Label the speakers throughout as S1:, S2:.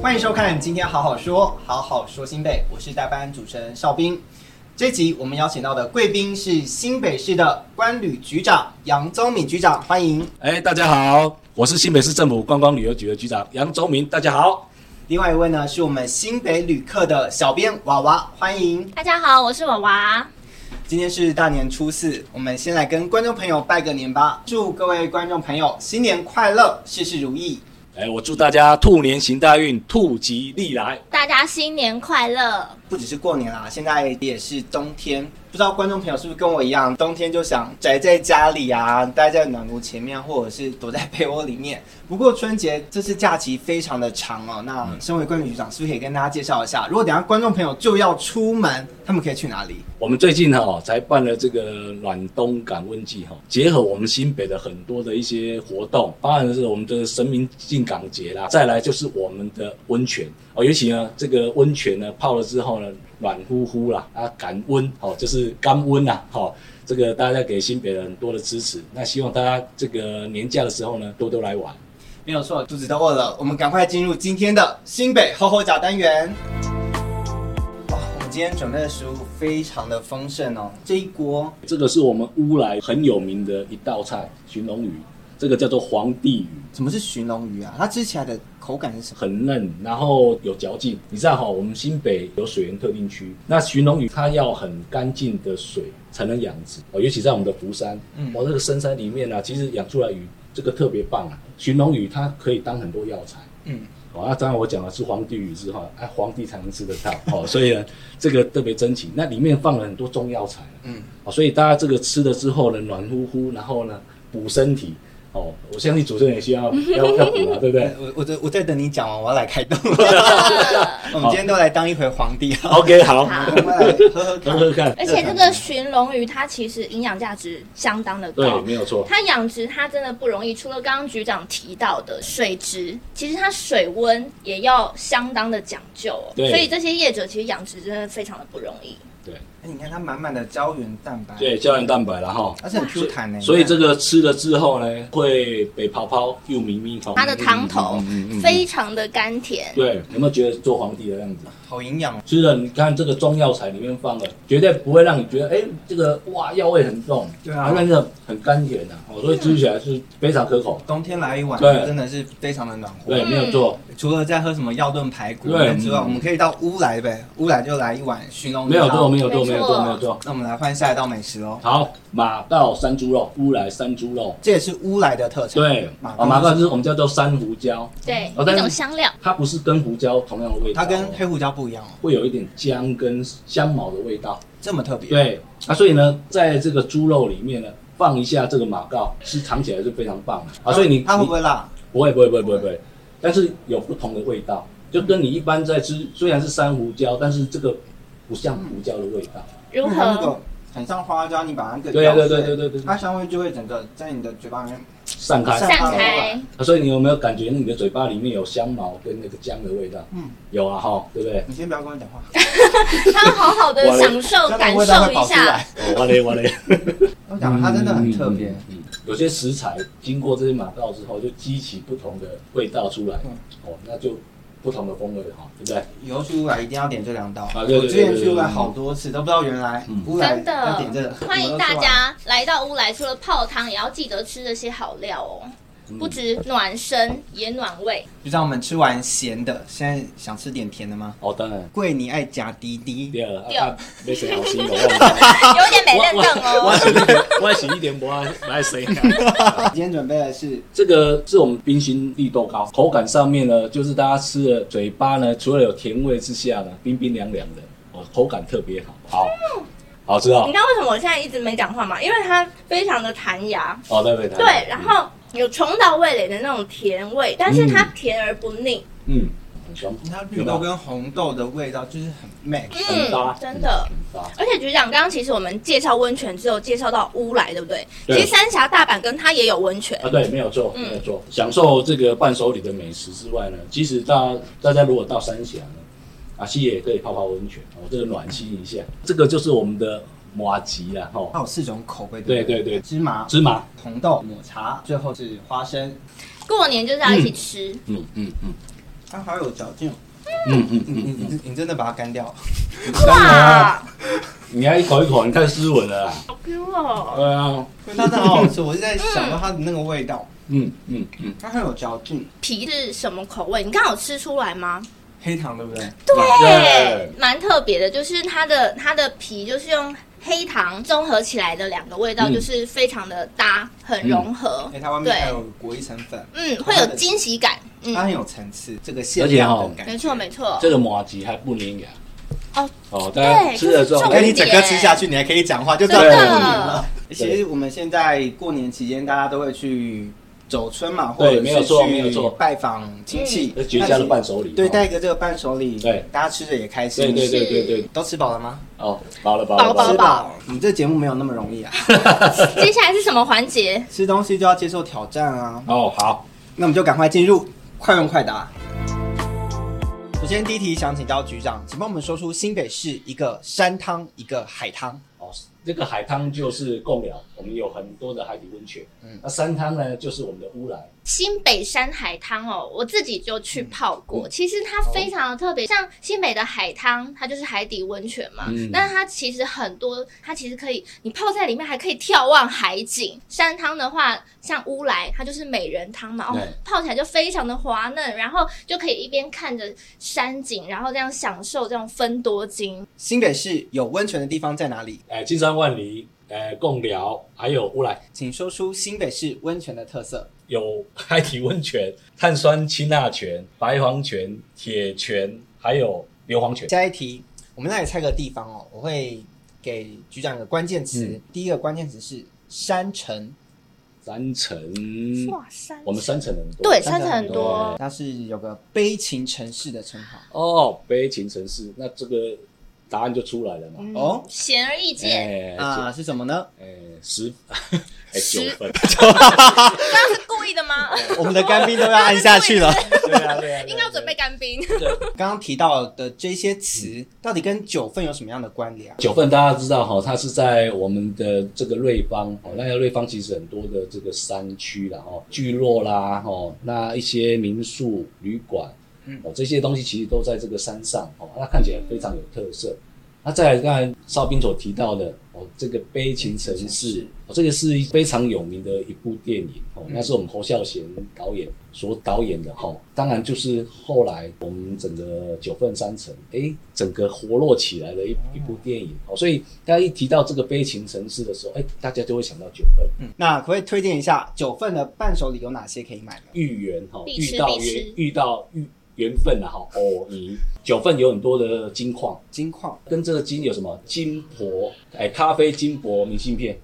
S1: 欢迎收看今天好好说，好好说新北，我是代班主持人邵兵。这集我们邀请到的贵宾是新北市的关旅局长杨宗敏局长，欢迎。
S2: 哎，大家好，我是新北市政府观光旅游局的局长杨周明，大家好。
S1: 另外一位呢是我们新北旅客的小编娃娃，欢迎。
S3: 大家好，我是娃娃。
S1: 今天是大年初四，我们先来跟观众朋友拜个年吧，祝各位观众朋友新年快乐，事事如意。
S2: 哎，我祝大家兔年行大运，兔吉利来。
S3: 大家新年快乐！
S1: 不只是过年啦，现在也是冬天，不知道观众朋友是不是跟我一样，冬天就想宅在家里啊，待在暖炉前面，或者是躲在被窝里面。不过春节这次假期非常的长哦，那身为关旅局长，是不是可以跟大家介绍一下？如果等一下观众朋友就要出门，他们可以去哪里？
S2: 我们最近哈、才办了这个暖冬感温季哈、结合我们新北的很多的一些活动，包含是我们的神明进港节啦，再来就是我们的温泉哦，尤其呢这个温泉呢泡了之后呢暖乎乎啦啊感温哦就是甘温啦好、这个大家给新北人很多的支持，那希望大家这个年假的时候呢多多来玩。
S1: 没有错，肚子都饿了，我们赶快进入今天的新北吼吼脚单元。哇，我们今天准备的食物非常的丰盛哦，这一锅
S2: 这个是我们乌来很有名的一道菜——寻龙鱼，这个叫做皇帝鱼，
S1: 怎么是寻龙鱼啊？它吃起来的口感是什么？
S2: 很嫩，然后有嚼劲。你知道哈、我们新北有水源特定区，那寻龙鱼它要很干净的水才能养殖哦，尤其在我们的福山，
S1: 嗯
S2: 我、这个深山里面啊，其实养出来鱼这个特别棒啊。寻龙鱼它可以当很多药材。
S1: 嗯。
S2: 哦，那当然我讲的是皇帝鱼之后，啊，皇帝才能吃得到哦， 所以呢，这个特别珍奇。那里面放了很多中药材，
S1: 嗯，
S2: 哦，所以大家这个吃了之后呢，暖乎乎，然后呢补身体。哦，我相信主持人也需要要要补啊，对不对
S1: 我我在我在等你讲完，我要来开动了。 我们
S2: 好
S1: 今天都来当一回皇帝啊！
S2: ？OK，好，
S3: 好
S1: 我们来喝喝
S2: 喝
S1: 看。
S2: 喝看。
S3: 而且这个寻龙鱼，它其实营养价值相当的
S2: 对，
S3: 高。
S2: 没有错。
S3: 它养殖它真的不容易，除了刚刚局长提到的水质，其实它水温也要相当的讲究哦。
S2: 对
S3: 所以这些业者其实养殖真的非常的不容易。
S1: 哎你看它满满的胶原蛋白，
S2: 对，，胶原蛋白了哈。
S1: 而且很 Q 弹呢。
S2: 所以这
S1: 个
S2: 个吃了之后呢，会北泡泡又咪咪红。
S3: 它的汤头
S2: 嗯嗯嗯嗯
S3: 非常的甘甜，
S2: 对，有没有觉得做皇帝的样子？
S1: 好营养哦，
S2: 吃了，你看这个中药材里面放的，绝对不会让你觉得，哎、这个哇药味很重，
S1: 对啊
S2: 那个很甘甜的、啊，哦，所以吃起来是非常可口。
S1: 冬天来一碗，
S2: 对
S1: 真的是非常的暖和。
S2: 对，
S3: 嗯
S2: 没有错，
S1: 除了在喝什么药炖排骨
S2: 对
S1: 之外，
S2: 嗯
S1: 我们可以到乌来呗，乌来就来一碗寻龙鱼
S2: 没有
S1: 汤
S2: 错，没有错，
S3: 嗯
S2: 没
S3: 没错
S2: 有错，没有错。
S1: 那我们来换下一道美食喽，
S2: 好，马告山猪肉，乌来山猪肉，
S1: 这也是乌来的特产。
S2: 对，
S1: 马告
S2: 啊，马告就是我们叫做山胡椒，
S3: 对
S2: 哦
S3: 一
S2: 但是
S3: 种香料，
S2: 它不是跟胡椒同样的味道
S1: 它
S2: 哦，
S1: 跟黑胡椒不一样哦，
S2: 会有一点姜跟香茅的味道。
S1: 这么特别。，
S2: 对，啊，所以呢，在这个猪肉里面呢，放一下这个马告，是尝起来是非常棒的啊。所以你
S1: 它会
S2: 你
S1: 不会辣？
S2: 不会不会不会不会不会，但是有不同的味道，就跟你一般在吃，虽然是山胡椒，但是这个不像胡椒的味道。
S3: 如
S1: 因为它那
S3: 何？
S1: 个很像花椒，你把那个
S2: 对
S1: 药
S2: 啊
S1: 水
S2: 对对对对对，
S1: 它香味就会整个在你的嘴巴里面。
S2: 散开。
S1: 散
S3: 散开，
S2: 啊所以你有没有感觉你的嘴巴里面有香茅跟那个姜的味道？
S1: 嗯，
S2: 有啊哈，对不对？
S1: 你先不要跟我讲话，
S3: 它好好的
S2: 我来
S3: 享受
S1: 这
S3: 感
S1: 样味道
S3: 受
S1: 会
S3: 一
S1: 跑出
S3: 下。
S1: 来。
S2: 哦我嘞我嘞，
S1: 我讲它真的很特别
S2: 嗯。。嗯嗯嗯有些食材经过这些马告之后，就激起不同的味道出来
S1: 嗯，
S2: 哦，那就不同的风味了哈，对不对？
S1: 以后去乌来一定要点这两道。
S2: 啊
S1: 我
S2: 对对对
S1: 之前
S2: 对
S1: 去
S2: 对
S1: 乌来
S2: 对
S1: 好多次，都不知道原来
S2: 嗯
S1: 乌来
S3: 真
S1: 要
S3: 的
S1: 点这个。
S3: 欢迎大
S1: 啊
S3: 家来到乌来，除了泡汤，也要记得吃这些好料哦，
S2: 嗯
S3: 不止暖身，也暖胃。
S1: 就让我们吃完咸的，现在想吃点甜的吗？
S2: 哦，当然。
S1: 贵你爱夹滴滴，
S2: 第二，啊
S3: 对
S2: 啊，没谁好心的，我忘 了
S3: 有点没认证
S2: 我
S3: 哦。
S2: 还是我还是一点不爱不爱谁。
S1: 今天准备的是
S2: 啊这个是我们冰心绿豆糕，口感上面呢，就是大家吃了嘴巴呢，除了有甜味之下呢，冰冰凉凉的，哦，口感特别好，好，好吃
S3: 嗯你
S2: 哦
S3: 知，道为什么我现在一直没讲话吗？因为它非常的弹牙，
S2: 哦，对对
S3: 对，然后有冲到味蕾的那种甜味，但是它甜而不腻，
S2: 嗯，很香，
S1: 它绿豆跟红豆的味道，就是很 match。
S2: 很搭
S3: 嗯，，真的。
S2: 很搭，
S3: 而且局长，刚刚其实我们介绍温泉只有介绍到乌来，对不对？
S2: 对
S3: 其实三峡、大阪跟它也有温泉，
S2: 啊，对，没有错，
S3: 嗯
S2: 没有错。享受这个伴手礼的美食之外呢，其实大大家如果到三峡呢，啊，其实也可以泡泡温泉，哦，这个暖心一下。这个就是我们的麻吉啦，吼、
S1: 它有四种口味，
S2: 对
S1: 不对
S2: 对对
S1: 芝麻、
S2: 芝麻，
S1: 红豆、抹茶，最后是花生。
S3: 过年就是要一起吃。
S2: 嗯嗯嗯，
S1: 它好有嚼劲哦。
S2: 嗯嗯
S1: 你
S2: 嗯，
S1: 你你真的把它干掉？
S2: 当然啊，
S3: 哇，
S2: 你还一口一口，你太斯文了啦。
S3: 好 Q 哦！
S2: 对啊，
S1: 因为它真的好好
S3: 嗯
S1: 吃，我是在想到它的那个味道，
S2: 嗯嗯嗯，
S1: 它很有嚼劲。
S3: 皮是什么口味？你刚好吃出来吗？
S1: 黑糖对不对？
S3: 对，蛮特别的，就是它的它的皮就是用黑糖综合起来的两个味道，
S2: 嗯
S3: 就是非常的搭，很融合
S1: 因，哎为它外面还有裹一层粉，
S3: 嗯，会有惊喜感，
S1: 它
S3: 嗯，
S1: 很有层次，这个馅料的感觉。
S3: 没错没错，
S2: 这个麻吉还不粘牙。
S3: 哦
S2: 哦，大家吃了之后哎
S1: 我跟
S3: 对可是
S1: 哎你整个吃下去，你还可以讲话，就知道过
S3: 真
S2: 对
S1: 年了。
S3: 的，
S1: 其实我们现在过年期间，大家都会去走村嘛，或
S2: 对
S1: 者
S2: 没有
S1: 是
S2: 错没有
S1: 去
S2: 错
S1: 拜访亲戚
S2: 这，绝佳的伴手礼。
S1: 对，
S2: 哦
S1: 带一个这个伴手礼，
S2: 对，
S1: 大家吃着也开
S2: 对
S1: 心。
S2: 对对对对，
S1: 都吃饱了吗？
S2: 哦，饱了饱
S3: 饱
S2: 了
S3: 饱
S2: 饱
S1: 吃
S2: 了。
S1: 饱。你这节目没有那么容易 啊，
S3: 接下来是什么环节？
S1: 吃东西就要接受挑战啊。
S2: 哦，好，
S1: 那我们就赶快进入快问快答。首先第一题想请教局长，请帮我们说出新北市一个山汤一个海汤。
S2: 哦，这个海汤就是贡寮，我们有很多的海底温泉。
S1: 嗯
S2: 嗯，那山汤呢，就是我们的乌来。
S3: 新北山海汤哦，我自己就去泡
S2: 嗯
S3: 过，其实它非常的特别。像新北的海汤，它就是海底温泉嘛，
S2: 嗯
S3: 那它其实很多，它其实可以你泡在里面还可以眺望海景。山汤的话，像乌来，它就是美人汤嘛，哦
S2: 对，
S3: 泡起来就非常的滑嫩，然后就可以一边看着山景，然后这样享受这种分多精。
S1: 新北市有温泉的地方在哪里？
S2: 哎，金山万里，哎，贡寮，还有乌来
S1: 请说出新北市温泉的特色。
S2: 有海底温泉、 碳酸氢钠泉、白黄泉、铁泉，还有硫磺泉。
S1: 下一题，我们那里猜个地方哦，我会给局长一个关键词，
S2: 嗯
S1: 第一个关键词是山城，
S2: 三层，
S3: 哇，山
S2: 嗯我们三层很多。
S3: 对山城很
S2: 多
S3: 多，
S1: 它是有个悲情城市的称号。
S2: 哦，悲情城市，那这个答案就出来了嘛。
S3: 嗯
S1: 哦
S3: 显而易
S2: 哎
S3: 见，
S1: 啊，是什么呢？
S2: 哎，十， 哎，九
S3: 十
S2: 分。
S3: 这样是故意的吗？
S1: 我们的干冰都要按下去了。
S2: 对啊，对啊，
S3: 应该要准备干冰。
S1: 刚刚提到的这些词，到底跟九份有什么样的关联啊？
S2: 九份大家知道哈、它是在我们的这个瑞芳哦，那个瑞芳其实很多的这个山区啦哦，聚落啦哦，那一些民宿、旅馆，
S1: 嗯
S2: 哦这些东西其实都在这个山上哦，那看起来非常有特色。那再来，刚才邵兵所提到的哦，这个悲情城
S1: 悲情城
S2: 市
S1: 市，
S2: 哦，这个是非常有名的一部电影哦，
S1: 嗯
S2: 那是我们侯孝贤导演所导演的哈、哦。当然，就是后来我们整个九份山城，哎，整个活络起来的一一部电影哦。所以大家一提到这个悲情城市的时候，哎，大家就会想到九份
S1: 嗯，那可不可以推荐一下九份的伴手礼有哪些可以买呢？
S2: 遇缘哈，
S3: 必吃
S2: 遇到
S3: 必
S2: 缘
S3: 吃
S2: 遇到遇缘分啊哈哦，你九份有很多的金矿。
S1: 金矿
S2: 跟这个金有什么金箔？哎，咖啡金箔明信片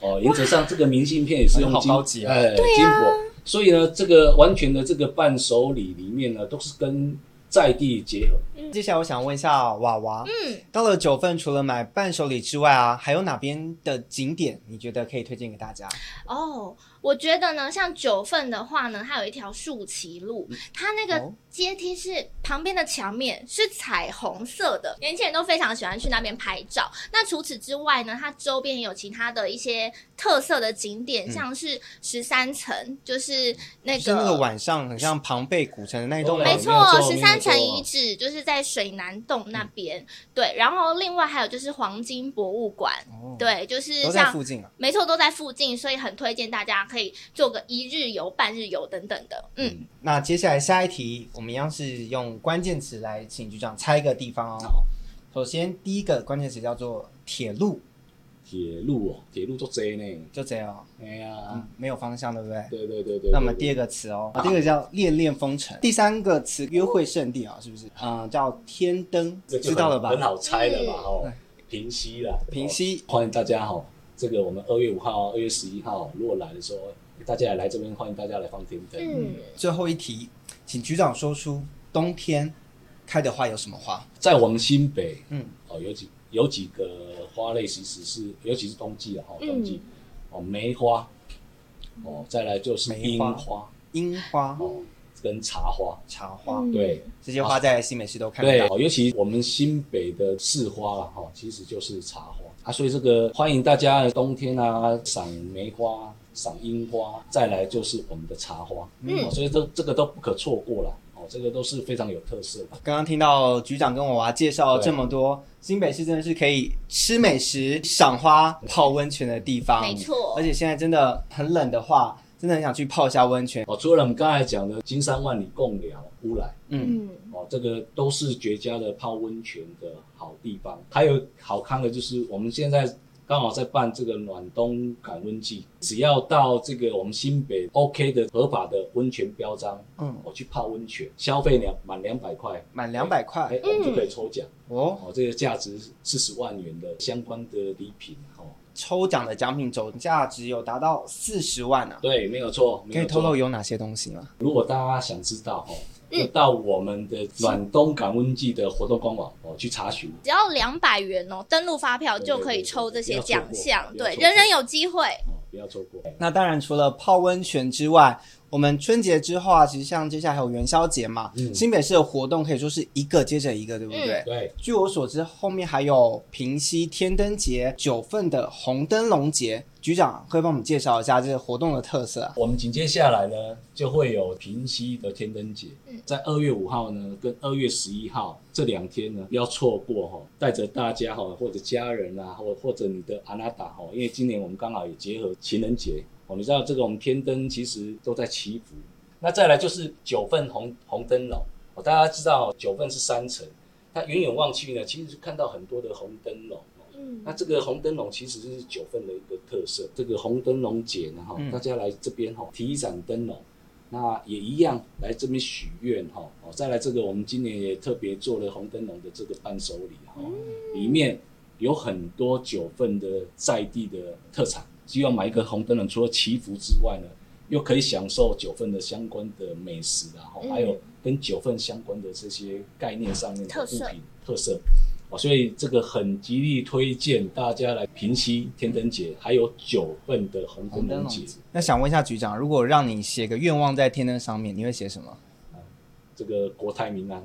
S2: 哦，原则上这个明信片也是用
S1: 哇
S2: 金
S1: 好高级啊
S2: 哎，金箔。所以呢，这个完全的这个伴手礼里面呢，都是跟在地结合。
S3: 嗯
S1: 接下来我想问一下娃娃，嗯，到了九份，除了买伴手礼之外啊，还有哪边的景点你觉得可以推荐给大家？
S3: 哦，我觉得呢，像九份的话呢，它有一条树旗路，它那个
S1: 哦
S3: 阶梯是旁边的墙面是彩虹色的，年轻人都非常喜欢去那边拍照。那除此之外呢，它周边也有其他的一些特色的景点，
S1: 嗯
S3: 像是十三层，就是那
S1: 就是
S3: 个。
S1: 那个晚上很像庞贝古城的那一栋
S2: 哦
S1: 楼
S3: 没
S2: 没
S3: 错
S2: 有，错
S3: 十
S2: 没有
S3: 三层
S2: 错
S3: 遗址就是在水南洞
S1: 嗯
S3: 那边，对。然后另外还有就是黄金博物馆，
S1: 哦
S3: 对，就是
S1: 都在
S3: 像
S1: 附近啊。
S3: 没错，都在附近，所以很推荐大家可以做个一日游、半日游等等的。嗯，
S1: 那接下来下一题，我们一样是用关键词来请局长猜一个地方哦。
S2: 好，
S1: 首先第一个关键词叫做铁路，
S2: 铁路哦，铁路做贼呢。
S1: 就这样哦，
S2: 哎呀
S1: 嗯，，没有方向，对不对？
S2: 对对对对。
S1: 那么第
S2: 二
S1: 二个词哦，
S2: 啊
S1: 第二个叫恋恋风尘，第三个词约会圣地啊、是不是？啊、叫天灯，知道了吧
S2: 很？好猜的嘛
S3: 嗯
S2: 哦
S1: 哎，
S2: 平息了，
S1: 平息
S2: 哦。欢迎大家哈，这个我们二月五号、二月十一号如果来的时候，大家也来这边，欢迎大家来放天灯。
S3: 嗯，
S1: 最后一题，请局长说出冬天开的花有什么花？
S2: 在我们新北，
S1: 嗯
S2: 嗯，哦，有几有几个花类其实是，尤其是冬季啊，哦，
S3: 嗯
S2: 冬季，哦，梅花，哦，再来就是
S1: 梅
S2: 樱
S1: 花
S2: 花，
S1: 樱花、
S2: 哦，跟茶花，
S1: 茶花，
S3: 嗯
S2: 对
S1: 这些花在新美市都看得
S2: 对，
S1: 到。
S2: 哦，尤其我们新北的市花啦，哈、哦，其实就是茶花啊，所以这个欢迎大家冬天啊，赏梅花，赏樱花，再来就是我们的茶花，
S3: 嗯
S2: 哦，所以这这个都不可错过了。哦哦，这个都是非常有特色的。
S1: 刚刚听到局长跟我娃介绍
S2: 对
S1: 这么多，新北市真的是可以吃美食、赏花、泡温泉的地方。
S3: 没错
S1: 而且现在真的很冷的话，真的很想去泡一下温泉。
S2: 哦，除了我们刚才讲的金山万里贡寮、乌来，
S1: 嗯，
S3: 嗯，
S2: 哦，这个都是绝佳的泡温泉的好地方。还有好康的就是我们现在刚好在办这个暖冬感温季，只要到这个我们新北 OK 的合法的温泉标章，
S1: 嗯
S2: 我、去泡温泉，消费两满两百块，
S1: 满两百块
S2: 哎，我们就可以抽奖。
S1: 哦，
S2: 哦，这个价值四十万元的相关的礼品，哦，
S1: 抽奖的奖品总价值有达到四十万啊！
S2: 对，没有错，没
S1: 可以
S2: 有
S1: 透
S2: 错。
S1: 露有嗯哪些东西吗？
S2: 如果大家想知道哦，就到我们的暖冬感温季的活动官网哦去查询。
S3: 只要两百元哦，登录发票
S2: 对
S3: 就可以抽这些奖项，
S2: 对
S3: 对
S2: 对，对
S3: 人人有机会。
S2: 哦，不要错过。
S1: 那当然，除了泡温泉之外，我们春节之后啊，其实像接下来还有元宵节嘛，
S2: 嗯
S1: 新北市的活动可以说是一个接着一个，对不对？
S2: 对，
S1: 据我所知，后面还有平西天灯节、九份的红灯笼节。局长可以帮我们介绍一下这个活动的特色啊？
S2: 我们紧接下来呢，就会有平西的天灯节
S3: 嗯，
S2: 在二月五号呢，跟二月十一号这两天呢，不要错过哈、哦，带着大家哈、哦，或者家人啊，或或者你的阿拉达哈，因为今年我们刚好也结合情人节哦，你知道这个我们天灯其实都在祈福。那再来就是九份红红灯笼哦，大家知道、哦、九份是山城，它远远望去呢，其实是看到很多的红灯笼哦。
S3: 嗯
S2: 那这个红灯笼其实是九份的一个特色，这个红灯笼节呢，哈、
S1: 嗯
S2: 大家来这边哈提一盏灯笼，那也一样来这边许愿哈。哦，再来这个我们今年也特别做了红灯笼的这个伴手礼哈，
S3: 嗯
S2: 里面有很多九份的在地的特产，希望买一个红灯笼，除了祈福之外呢，又可以享受九份的相关的美食啊，哈、
S3: 嗯
S2: 还有跟九份相关的这些概念上面的
S3: 特
S2: 物品
S3: 色
S2: 特色哦，所以这个很极力推荐大家来平西天灯节，还有九份的红灯笼节。
S1: 那想问一下局长，如果让你写个愿望在天灯上面，你会写什么？
S2: 这个国泰民 安，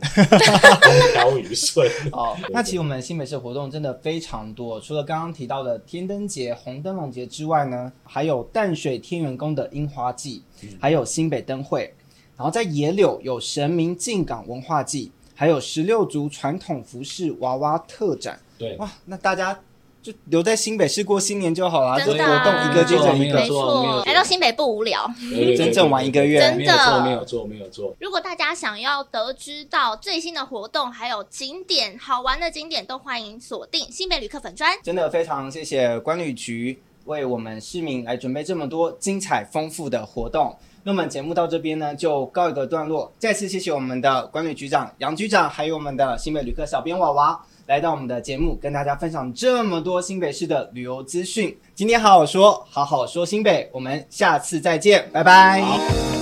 S2: 高于顺。
S1: 哦
S2: 对，
S1: 那其实我们新北市的活动真的非常多，除了刚刚提到的天灯节、红灯笼节之外呢，还有淡水天元宫的樱花季，
S2: 嗯
S1: 还有新北灯会，然后在野柳有神明进港文化季，还有十六族传统服饰娃娃特展。
S2: 对，
S1: 哇，那大家就留在新北市过新年就好啦，这
S3: 真
S1: 活
S3: 的啊
S1: 动一个接着一
S2: 没有
S3: 没
S1: 个。
S2: 错没有
S3: 错
S2: 错，
S3: 来到新北不无聊。
S2: 对对对
S1: 整整玩一个月
S2: 没有
S3: 真的
S2: 错，没有错，没有错。
S3: 如果大家想要得知到最新的活动，还有景点好玩的景点，都欢迎锁定新北旅客粉专。
S1: 真的非常谢谢管理局为我们市民来准备这么多精彩丰富的活动。那我们节目到这边呢，就告一个段落。再次谢谢我们的管理局长杨局长，还有我们的新北旅客小编娃娃来到我们的节目，跟大家分享这么多新北市的旅游资讯。今天好好说，好好说新北，我们下次再见，拜拜。
S2: 好。